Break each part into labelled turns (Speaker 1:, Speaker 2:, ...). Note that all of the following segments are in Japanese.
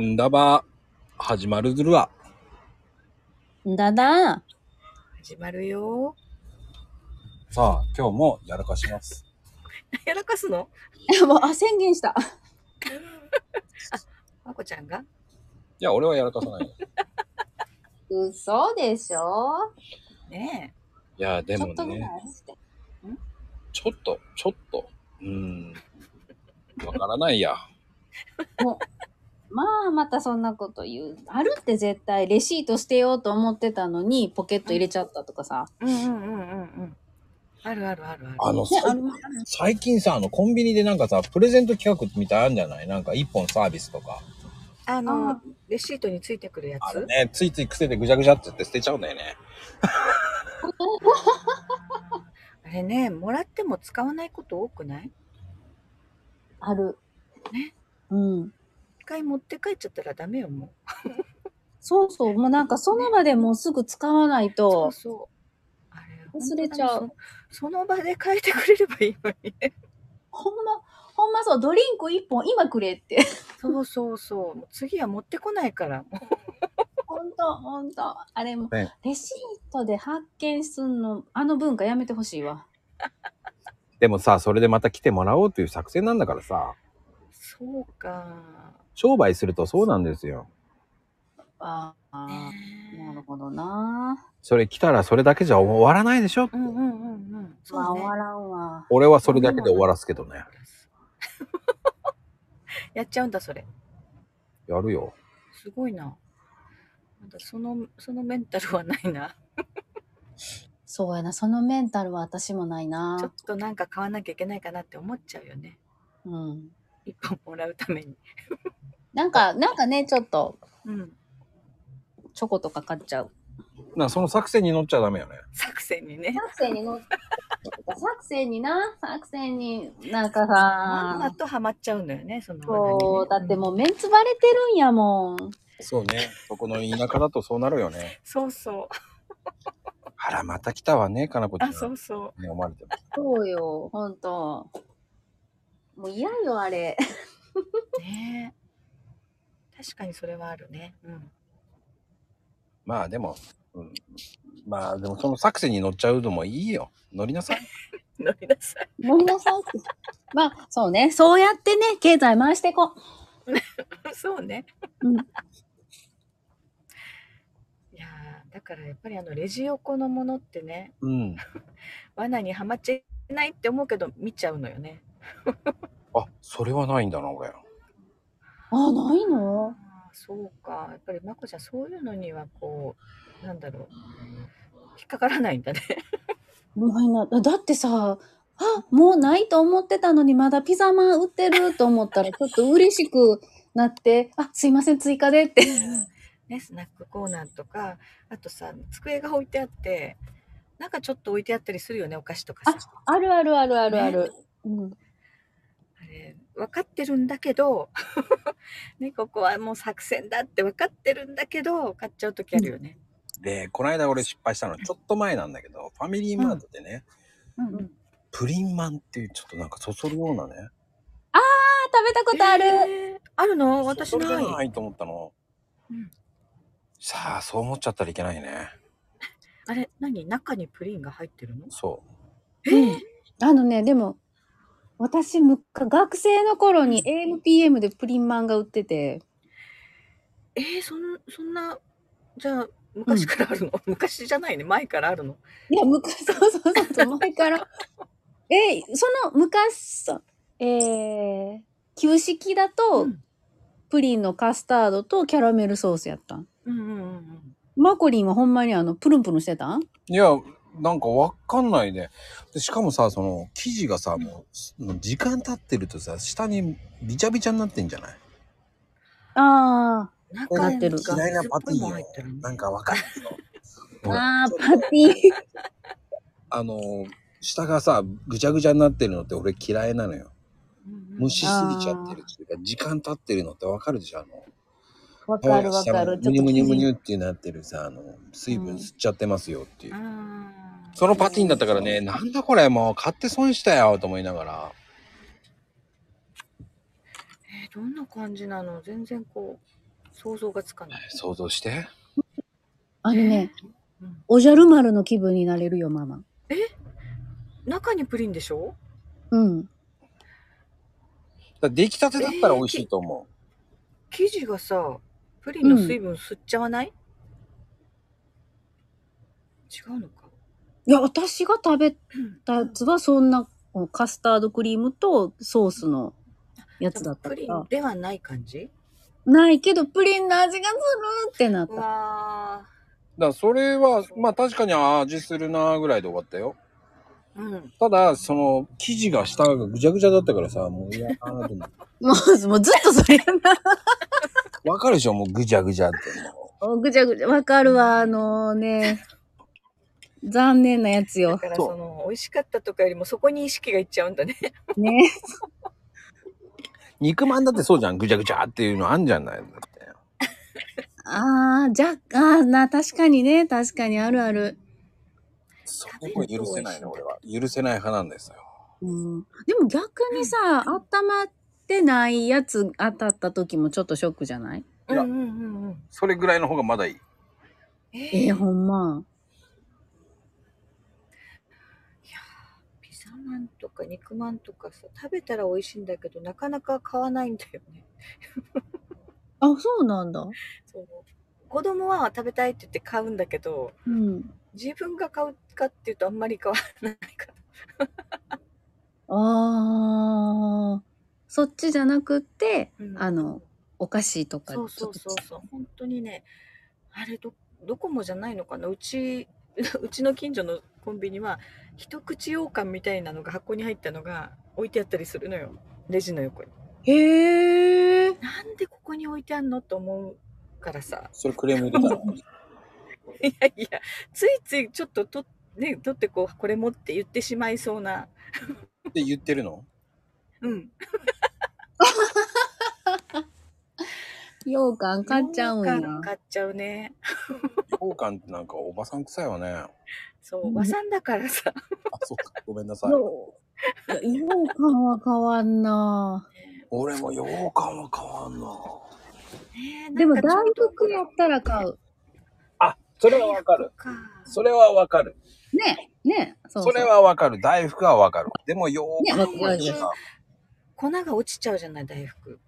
Speaker 1: んだば、始まるずるわ。
Speaker 2: んだだ。
Speaker 3: 始まるよ。
Speaker 1: さあ、今日もやらかします。
Speaker 3: やらかすの
Speaker 2: もう、あ、宣言した。
Speaker 3: まこちゃんが
Speaker 1: いや、俺はやらかさないよ。
Speaker 2: 嘘でしょ
Speaker 3: ね
Speaker 1: いや、で
Speaker 2: ち
Speaker 1: も
Speaker 2: ょっとぐら
Speaker 1: ね、
Speaker 2: いして。
Speaker 1: ちょっと、ちょっと、うーん、わからないや。
Speaker 2: まあ、またそんなこと言う。あるって絶対、レシート捨てようと思ってたのに、ポケット入れちゃったとかさ。
Speaker 3: え。うんうんうんうんうん。あるあるあるある。
Speaker 1: あの、
Speaker 2: ね、あ
Speaker 1: さい
Speaker 2: の、
Speaker 1: 最近さ、あの、コンビニでなんかさ、プレゼント企画みたいあんじゃないなんか一本サービスとか。
Speaker 3: あ
Speaker 2: あ
Speaker 3: の、レシートについてくるや
Speaker 1: あれ
Speaker 3: つ。
Speaker 1: ね、ついつい癖でぐちゃぐちゃって言って捨てちゃうんだよね。
Speaker 3: あれね、もらっても使わないこと多くない
Speaker 2: ある。
Speaker 3: ね。
Speaker 2: うん。
Speaker 3: 一回持って帰っちゃったらダメよ、もう。
Speaker 2: そうそう、もうなんかその場でもうすぐ使わない
Speaker 3: そ
Speaker 2: と
Speaker 3: う、そう。あれ
Speaker 2: 忘れちゃう
Speaker 3: 本当にそ。その場で変えてくれればいいのに ね。
Speaker 2: ほんま、ほんまそう、ドリンク一本今くれ って。
Speaker 3: そうそうそう。もう次は持ってこないから。も
Speaker 2: ほんと、ほんと。あれも、
Speaker 1: ね
Speaker 2: レシートで発見すんの、あの文化やめてほしいわ。
Speaker 1: でもさ、それでまた来てもらおうという作戦なんだからさ、
Speaker 3: うそうか。
Speaker 1: 商売するとそうなんですよ。
Speaker 2: ああ、なる
Speaker 3: ね
Speaker 2: ほどな。
Speaker 1: それ来たらそれだけじゃ終わらないでしょ
Speaker 3: うんうんうんうん。
Speaker 2: まあ、
Speaker 3: そうね
Speaker 2: 終わらんわ。
Speaker 1: 俺はそれだけで終わらすけどね。
Speaker 3: やっちゃうんだ、それ。
Speaker 1: やるよ。
Speaker 3: すごいな。まだその、そのメンタルはないな。
Speaker 2: そうやな、そのメンタルは私もない
Speaker 3: ちょっ
Speaker 2: な。
Speaker 3: となんか買わなきゃいけないかなって思っちゃうよね。
Speaker 2: うん。
Speaker 3: 一本もらうために。
Speaker 2: なんか、なんかね、ちょっと、
Speaker 3: うん。
Speaker 2: チョコとか買っちゃう。
Speaker 1: な、その作戦に乗っちゃダメよね。
Speaker 3: 作戦にね。
Speaker 2: 作戦にの、作戦にな、作戦に、なんか
Speaker 3: まんま
Speaker 2: さ、
Speaker 3: とハマっちゃうんだよね、その罠にね
Speaker 2: そう、だってもうメンツバレてるんやもん。
Speaker 1: そうね。そこの田舎だとそうなるよ ね。
Speaker 3: そうそう。
Speaker 1: あら、また来たわね、かなこちゃん。
Speaker 3: あ、そうそう。
Speaker 1: ね、思われてます。
Speaker 2: そうよ、ほんと。もう嫌よ、あれ。
Speaker 3: ねえ確かにそれはあるね。うん。
Speaker 1: まあでも、うん、まあでもその作戦に乗っちゃうのもいいよ。乗りなさい。
Speaker 3: 乗りなさい。
Speaker 2: 飲みなさいって。まあ、そうね、そうやってね、経済回していこう。
Speaker 3: そうね。
Speaker 2: うん
Speaker 3: いやーだからやっぱりあのレジ横のものってね、
Speaker 1: うん。
Speaker 3: 罠にはまっちゃいけないって思うけど見ちゃうのよね。
Speaker 1: あ、それはないんだな、俺。
Speaker 2: あ、ないの
Speaker 3: あーそうか。やっぱりまこちゃん、そういうのにはこう、なんだろう。引っかからないんだね。
Speaker 2: ないな。だってさ、あ、もうないと思ってたのにまだピザマン売ってると思った らちょっと嬉しくなって、あ、すいません、追加でって。
Speaker 3: ね、スナックコーナーとか、あとさ、机が置いてあって、なんかちょっと置いてあったりするよね、お菓子とかさ。あ
Speaker 2: あるあるあるあるある。うん。
Speaker 3: れ、分かってるんだけど、 ね、ここはもう作戦だって分かってるんだけど、買っちゃうときあるよね。
Speaker 1: で、この間俺失敗したの、ちょっと前なんだけど、ファミリーマートでね、
Speaker 3: うん
Speaker 2: うん
Speaker 1: プリンマンっていうちょっとなんかそそるようなね。
Speaker 2: あ、食べたことある。
Speaker 3: えーあるの私
Speaker 1: そそ
Speaker 3: な。
Speaker 1: るじゃないいと思ったの。
Speaker 3: うん
Speaker 1: さあ、そう思っちゃったらいけないね。
Speaker 3: あれ、何中にプリンが入ってるの
Speaker 1: そう。
Speaker 2: うん。あのね、でも、私むか、学生の頃に AMPM でプリンマンが売ってて、
Speaker 3: えー、そんそんな、じゃあ、昔からあるの、 昔じゃないね、前からあるの。
Speaker 2: いや、昔、そうそうそうそう、前から。 え、その昔さ、えー、旧式だと、
Speaker 3: うん
Speaker 2: プリンのカスタードとキャラメルソースやったん。
Speaker 3: うんうんうんうん。
Speaker 2: マコリンはほんまにあの、プルンプルンしてたん
Speaker 1: いや、なんかわかんないね。でしかもさ、その生地がさ、もうもう時間経ってるとさ、下にびちゃびちゃになってんじゃない
Speaker 2: あ
Speaker 3: 中
Speaker 2: なってる
Speaker 3: が
Speaker 1: 嫌いな
Speaker 3: 水っ
Speaker 1: パテ
Speaker 3: ぽ
Speaker 1: ィ
Speaker 3: い
Speaker 1: よ
Speaker 3: もん入ってるね。
Speaker 1: なんかわかん ないよ。
Speaker 2: あ、
Speaker 1: ほら
Speaker 2: ああ、パティ。
Speaker 1: あのー、下がさ、ぐちゃぐちゃになってるのって俺嫌いなのよ。蒸しすぎちゃってるっていうか、時間経ってるのってわかるでしょあの、
Speaker 2: わかるわかる。
Speaker 1: 下もむにゅむにゅむにゅ
Speaker 2: 生地
Speaker 1: ってなってるさ、あの、水分吸っちゃってますよっていう。
Speaker 3: あー
Speaker 1: そのパティンだったからね、なんだこれもう買って損したよと思いながら。
Speaker 3: えーどんな感じなの全然こう想像がつかない。
Speaker 1: 想像して。
Speaker 2: あのね、
Speaker 3: うん
Speaker 2: おじゃる丸の気分になれるよ、ママ。
Speaker 3: 中にプリンでしょ
Speaker 2: うん。
Speaker 1: だ出来たてだったら美味しいと思
Speaker 3: 生地がさ、プリンの水分吸っちゃわない、違うのか。
Speaker 2: いや、私が食べたやつはそんな、カスタードクリームとソースのやつだったか
Speaker 3: プリ
Speaker 2: ら
Speaker 3: ン。ではない感じ
Speaker 2: ないけど、プリンの味がするってなっ
Speaker 3: う
Speaker 2: た。
Speaker 3: わ
Speaker 1: う。だからそれは、まあ確かにあー味するなーぐらいで終わったよ。
Speaker 3: ー。うん。
Speaker 1: ただ、その、生地が下がぐちゃぐちゃだったからさ、もう、いや、あーでも
Speaker 2: もう、もうずっとそれやな。
Speaker 1: わかるでしょもうぐちゃぐちゃって。も
Speaker 2: ぐちゃぐちゃ。わかるわ、あのね。 残念なやつ
Speaker 3: だ
Speaker 2: よ。
Speaker 3: から
Speaker 1: そう
Speaker 3: その、美味しかったとかよりもそこに意識がいっちゃうんだね。
Speaker 2: ね。
Speaker 1: う肉まんだってそうじゃんぐちゃぐちゃっていうのあんじゃないだって。
Speaker 2: ああ、じゃ、ああ、な、確かにね。確かにあるある。
Speaker 1: そこは許せないの、俺は。許せない派なんですよ。
Speaker 2: うん、でも逆にさ、あったまってないやつ当たった時もちょっとショックじゃない
Speaker 1: いうや
Speaker 3: んうんうんうん。
Speaker 1: それぐらいの方がまだいい。
Speaker 3: え
Speaker 2: えー、
Speaker 3: ー
Speaker 2: ほんま。
Speaker 3: ピザまんとか肉まんとかさ、食べたら美味しいんだけど、なかなか買わないんだよね。
Speaker 2: あ、そうなんだ。
Speaker 3: そう子供は食べたいって言って買うんだけど、
Speaker 2: うん。
Speaker 3: 自分が買うかっていうとあんまり買わないか
Speaker 2: ああ、そっちじゃなくって、
Speaker 3: ら。うん
Speaker 2: あの、お菓子とか。
Speaker 3: そうそうそう
Speaker 2: ちょっ
Speaker 3: そう本当にねあれどどこもじゃないのかなうち うちの近所のコンビニは一口羊羹みたいなのが箱に入ったのが置いてあったりするのよレジの横に
Speaker 2: とへえ。
Speaker 3: なんでここに置いてあんのと思うからさ
Speaker 1: それクレーム入れたら。
Speaker 3: いやいやついついちょっととね取ってこうこれ持って言ってしまいそうな
Speaker 1: って言ってるの
Speaker 3: うん
Speaker 2: 羊羹買っちゃうんや
Speaker 3: 羊。羹買っちゃうね
Speaker 1: 羊羹ってなんかおばさん臭いわね。あ、
Speaker 3: そう和さんだからさ
Speaker 1: そうか。ごめんなさい。
Speaker 2: そういや羊羹は変わんな。
Speaker 1: 俺も羊羹は変わんな。
Speaker 3: ね
Speaker 2: でも
Speaker 3: な
Speaker 2: 大
Speaker 3: んかちょっと
Speaker 2: 福やったら買う。
Speaker 1: あ、それはわかる。
Speaker 3: か
Speaker 1: それはわかる。
Speaker 2: ねね
Speaker 1: そ
Speaker 2: そ
Speaker 1: う
Speaker 2: そう
Speaker 1: れはわかる。大福はわかる。でも羊
Speaker 2: ね
Speaker 1: 羹
Speaker 2: わかる
Speaker 1: 違う
Speaker 3: 粉が落ちちゃうじゃない大福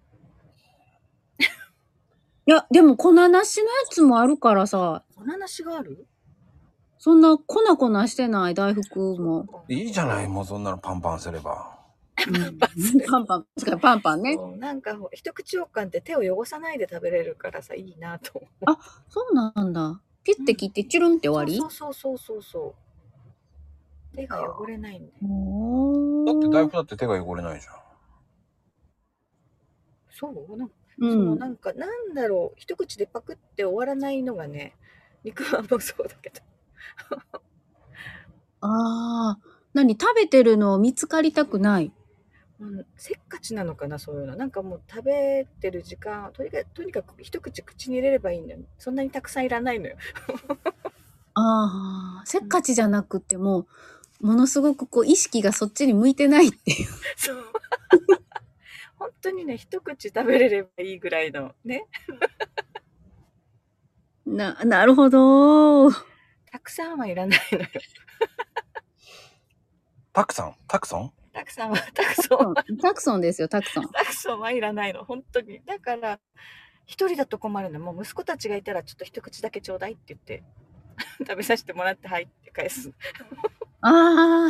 Speaker 2: いや、でも粉なしのやつもあるからさ、
Speaker 3: 粉なしがある
Speaker 2: そんな粉粉してない大福も。
Speaker 1: いいじゃない。もうそんなのパンパンすれば。
Speaker 2: うんパンパン、確かにパンパンね。
Speaker 3: そうなんか一口羊羹って手を汚さないで食べれるからさいいなと思う
Speaker 2: そうなんだ。ピュって切ってチュルンって終わり
Speaker 3: そうそうそうそうそう手が汚れないんで
Speaker 2: お
Speaker 1: だって大
Speaker 2: ー
Speaker 1: 福だって手が汚れないじゃん。
Speaker 3: そうなんか、
Speaker 2: う
Speaker 3: その
Speaker 2: ん
Speaker 3: なんかなんだろう一口でパクって終わらないのがね肉まんもそうだけど
Speaker 2: ああ、何食べてるのを見つかりたくない。
Speaker 3: うん、せっかちなのかなそういうのなんかもう食べてる時間とにかくとにかく一口口に入れればいいんだよそんなにたくさんいらないのよ
Speaker 2: ああ、せっかちじゃなくても、ものすごくこう意識がそっちに向いてないっていう。
Speaker 3: そう。 本当にね、一口食べれればいいぐらいのね、
Speaker 2: な、なるほど。
Speaker 3: たくさんはいらないの よ。
Speaker 1: たくさんたくさ ん
Speaker 3: たくさんは、たくさんは、
Speaker 2: タクソンですよ、タクソン。
Speaker 3: たくさんはいらないの、本当に。だから、一人だと困るの。もう息子たちがいたら、ちょっと一口だけちょうだいって言って、 食べさせてもらって、はいって返す。
Speaker 2: ああ。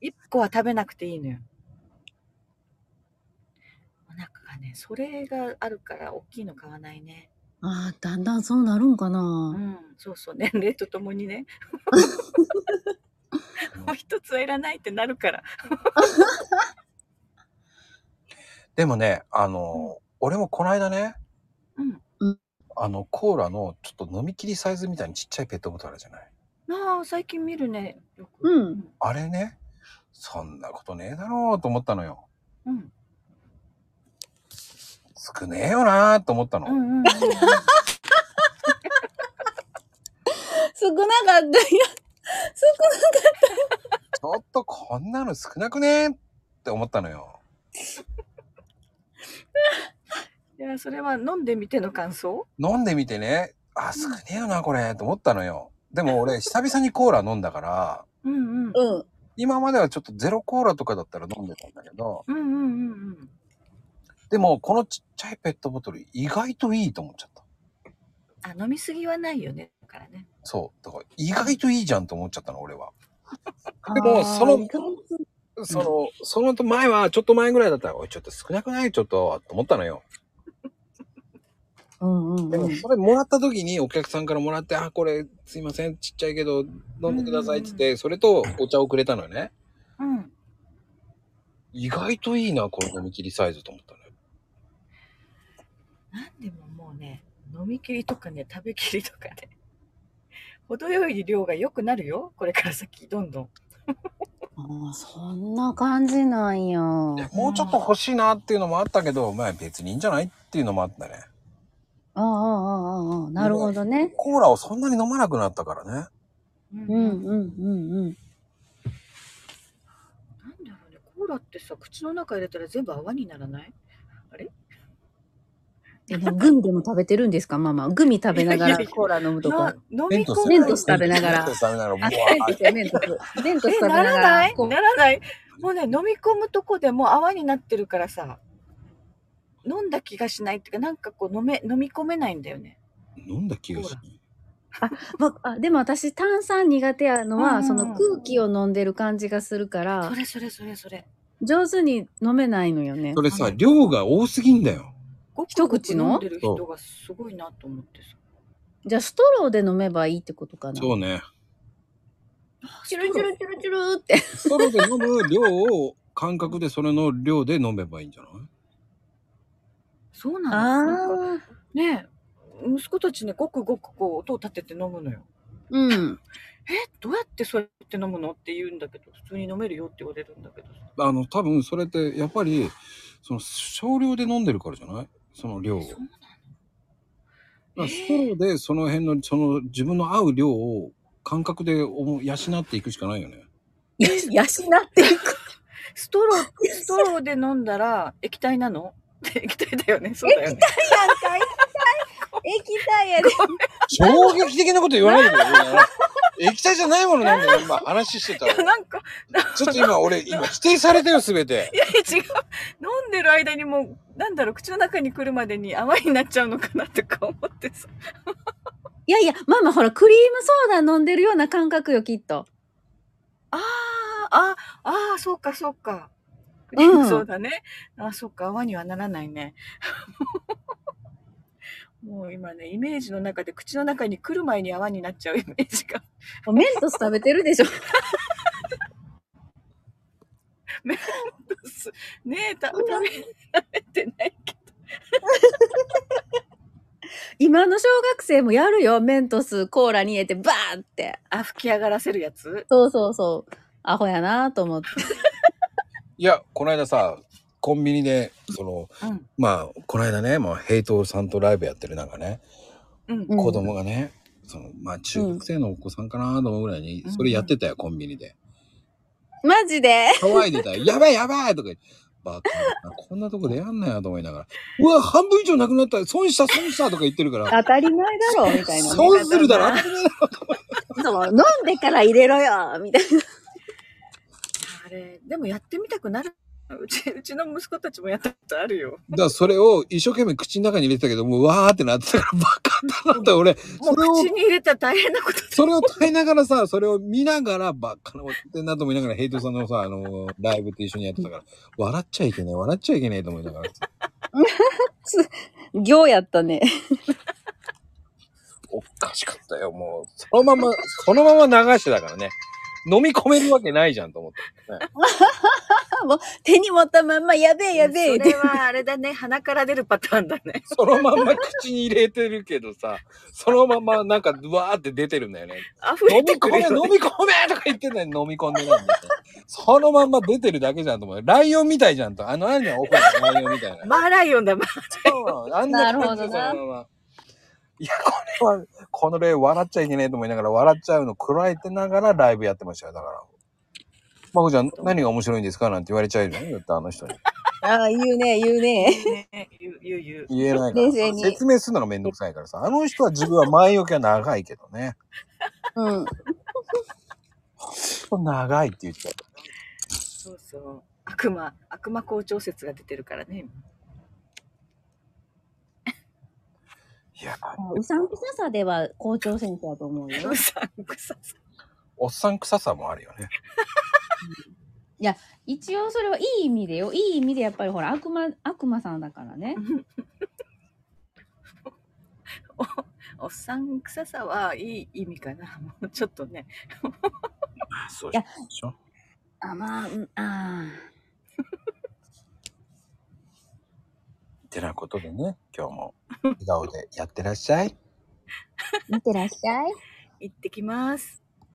Speaker 3: 一個は食べなくていいのよ。お腹がね、それがあるから、大きいの買わないね。
Speaker 2: ああ、だんだんそうなるんか
Speaker 3: う
Speaker 2: な。
Speaker 3: ん、そうそう、年齢とともにね。もう一つはいらないってなるから。
Speaker 1: でもね、あの、俺もこの間ね、
Speaker 3: うん
Speaker 2: うん
Speaker 1: あの、コーラのちょっと飲み切りサイズみたいにちっちゃいペットボトルあるじゃない。
Speaker 3: なあ、最近見るね。よく
Speaker 2: うん
Speaker 1: あれね、そんなことねえだろうと思ったのよ。
Speaker 3: うん。
Speaker 1: 少ねえよなーと思ったの。
Speaker 3: うん。うん。うん。
Speaker 2: 少 なかったよ。
Speaker 1: ちょっとこんなの少なくねえって思ったのよ。
Speaker 3: いやそれは飲んでみての感想
Speaker 1: 飲んでみてね、あ、少ねえよな、これ、と思ったのよ。でも俺、久々にコーラ飲んだから、
Speaker 3: うんうん
Speaker 2: うん。
Speaker 1: 今まではちょっとゼロコーラとかだったら飲んでたんだけど、
Speaker 3: うんうんうん
Speaker 1: でもこのちっちゃいペットボトル意外といいと思っちゃった。
Speaker 3: あ飲みすぎはないよねだからね
Speaker 1: そう。だから意外といいじゃんと思っちゃったの、俺は。
Speaker 2: あ
Speaker 1: でも
Speaker 2: ー
Speaker 1: その
Speaker 2: 意外と
Speaker 1: その、その前は、ちょっと前ぐらいだったら、おい、ちょっと少なくないちょっと、と思ったのよ。
Speaker 2: うんうん
Speaker 1: で
Speaker 2: う
Speaker 1: も、
Speaker 2: ん。
Speaker 1: それもらった時に、お客さんからもらって、あ、これ、すいません、ちっちゃいけど、飲んでくださいって言って、それとお茶をくれたのよね。
Speaker 3: うん
Speaker 1: 意外といいな、この飲み切りサイズと思ったのよ。
Speaker 3: なんでももうね飲み切りとかね食べきりとかね 程よい量が良くなるよこれから先どんどん
Speaker 2: ああ、そんな感じなんや。
Speaker 1: でもうちょっと欲しいなっていうのもあったけど、まあ別にいいんじゃないっていうのもあったね。
Speaker 2: ああ、ああ、ああ、なるほどね。
Speaker 1: コーラをそんなに飲まなくなったからね。
Speaker 3: うん
Speaker 2: うん、
Speaker 3: なんだ
Speaker 2: うん、うん、うん。
Speaker 3: ろうねコーラってさ口の中入れたら全部泡にならないあれ
Speaker 2: え、なグミでも食べてるんですか、ママ。グミ食べなが
Speaker 3: いやいや
Speaker 2: ら
Speaker 3: いや
Speaker 2: コーラ飲むと
Speaker 3: な
Speaker 2: か。
Speaker 3: 飲
Speaker 1: メ
Speaker 3: み
Speaker 1: ント
Speaker 3: 込
Speaker 1: ス
Speaker 2: メ
Speaker 3: む
Speaker 2: ントス食べながら
Speaker 1: メントス食べながら、もう、
Speaker 2: メントスよ、メント ス。メントス
Speaker 3: え
Speaker 2: 食べなが
Speaker 3: ならな
Speaker 2: ら
Speaker 3: い。
Speaker 2: こう
Speaker 3: ならないもうね飲み込むとこでもう泡になってるからさ飲んだ気がしないっていうかなんかこう飲め飲み込めないんだよね
Speaker 1: 飲んだ気がする。
Speaker 2: 僕あでも私炭酸苦手やのは、
Speaker 3: うんうん
Speaker 2: その空気を飲んでる感じがするから
Speaker 3: それそれそれそれ
Speaker 2: 上手に飲めないのよね
Speaker 1: そ。れさ、量が多すぎんだよ。
Speaker 3: ごく
Speaker 2: 一口の
Speaker 3: 飲んでる人がすごいなと思ってさ
Speaker 2: じゃあストローで飲めばいいってことかな。
Speaker 1: そうね。
Speaker 2: チュルチュルチュルチュルって。
Speaker 1: ストローで飲む量を感覚でそれの量で飲めばいいんじゃない
Speaker 3: そうなのなんか
Speaker 2: ああ。
Speaker 3: ねえ息子たちねごくごくこう音を立てて飲むのよ
Speaker 2: うん。
Speaker 3: えどうやってそうやって飲むのって言うんだけど普通に飲めるよって言われるんだけどさ
Speaker 1: あの多分それってやっぱりその少量で飲んでるからじゃないその量を。だ
Speaker 3: そう
Speaker 1: か
Speaker 3: な
Speaker 1: らストローでその辺のその自分の合う量を感覚で思う養っていくしかないよね。
Speaker 2: や、養っていく。
Speaker 3: スト ローストローで飲んだら液体なの 液体だよねそうだよ
Speaker 2: な
Speaker 3: ね
Speaker 2: んか液体、液体やで。
Speaker 1: 衝撃的なこと言わないでください液体じゃないものなんだよ今話してたら。
Speaker 3: なんか
Speaker 1: ちょっと今俺今否定されたよ全て。
Speaker 3: いや違う飲んでる間にもうなんだろう口の中に来るまでに泡になっちゃうのかなとか思ってさ
Speaker 2: いやいや、ママほら、クリームソーダ飲んでるような感覚よ、きっと。
Speaker 3: あーああーそうかそうか、
Speaker 2: うん
Speaker 3: そうだねあそうか泡にはならないね もう今ねイメージの中で口の中に来る前に泡になっちゃうイメージが
Speaker 2: メントス食べてるでしょ。
Speaker 3: すねえた食べ食べてないけ
Speaker 2: 今の小学生もやるよ、メントス、コーラに入れて、バーンって。
Speaker 3: どあ吹き上がらせるやつ
Speaker 2: そうそうそう。アホやなと思って。
Speaker 1: いやこの間さコンビニでその
Speaker 3: うん
Speaker 1: まあこの間ね、まあ、ヘイトさんとライブやってる中ね
Speaker 3: うん
Speaker 2: うん
Speaker 1: 子供がね、そのまあ中学生のお子さんかなと思うぐらいに
Speaker 3: うん
Speaker 1: それやってたよコンビニで
Speaker 2: マジで
Speaker 1: 騒いでた よ「やばいやばい!」とか言って。バカなこんなとこでやんなよと思いながら「うわ半分以上なくなった損した損した」とか言ってるから
Speaker 2: 当たり前だろみたいな。
Speaker 1: 損するだろ
Speaker 2: そう飲んでから入れろよみたいな。
Speaker 3: あれでもやってみたくなるうちうちの息子たちもやったことあるよ
Speaker 1: だからそれを一生懸命口の中に入れてたけどもうわーってなってたからバカだなって俺
Speaker 3: もう
Speaker 1: それを
Speaker 3: 口に入れたら大変なこと
Speaker 1: それを耐えながらさ、それを見ながら、ばっかなこと言ってんなと思いながら、ヘイトさんのさ、あの、ライブと一緒にやってたから、笑っちゃいけない、笑っちゃいけないと思いながら、
Speaker 2: 行やったね。
Speaker 1: おかしかったよ、もう。そのまま、そのまま流してたからね。飲み込めるわけないじゃんと思って。
Speaker 2: 手に持ったまんまやべえやべえ
Speaker 3: それはあれだね鼻から出るパターンだね
Speaker 1: そのまんま口に入れてるけどさ、そのままなんか、わーって出てるんだよね。
Speaker 3: 溢れ
Speaker 1: 飲み
Speaker 3: てく
Speaker 1: 込
Speaker 3: る
Speaker 1: め、
Speaker 3: よ、
Speaker 1: 飲
Speaker 3: ね、
Speaker 1: み込めとか言ってんのに飲み込んでないんだよ。そのまんま出てるだけじゃんと思う。ライオンみたいじゃんと。あの、あるじゃん、オファーのライオンみたいな。
Speaker 3: マーライオンだマ
Speaker 1: うんあんな感じで
Speaker 2: なるほどな
Speaker 1: そのままいや、これは、この例笑っちゃいけないと思いながら、笑っちゃうのこらえてながらライブやってましたよ。だから。まこちゃん、何が面白いんですかなんて言われちゃうじゃん。だってあの人に。
Speaker 2: ああ、言うね、言うね。
Speaker 3: ね、言う言う言う。
Speaker 1: 言えないから
Speaker 2: 冷静に
Speaker 1: さ。説明するのがめんどくさいからさ。あの人は自分は前置きは長いけどね。
Speaker 2: うん。
Speaker 1: 長いって言っちゃう。
Speaker 3: そうそう。悪魔、悪魔校長説が出てるからね。
Speaker 1: いや、
Speaker 2: うさんくささでは校長先生だと思うよ
Speaker 3: う。さんくささ。
Speaker 1: おっさん臭さもあるよね。
Speaker 2: 一応それはいい意味でよ。いい意味でやっぱりほら、悪魔、悪魔さんだからね。
Speaker 3: おっさんくささはいい意味かな。もうちょっとね。
Speaker 1: そう
Speaker 2: いや
Speaker 1: でしょ。
Speaker 2: あ、まあ、うん、あ
Speaker 1: ってなことでね、今日も笑顔でやってらっしゃい。
Speaker 2: あ。見てらっしゃい。
Speaker 3: 行ってきます。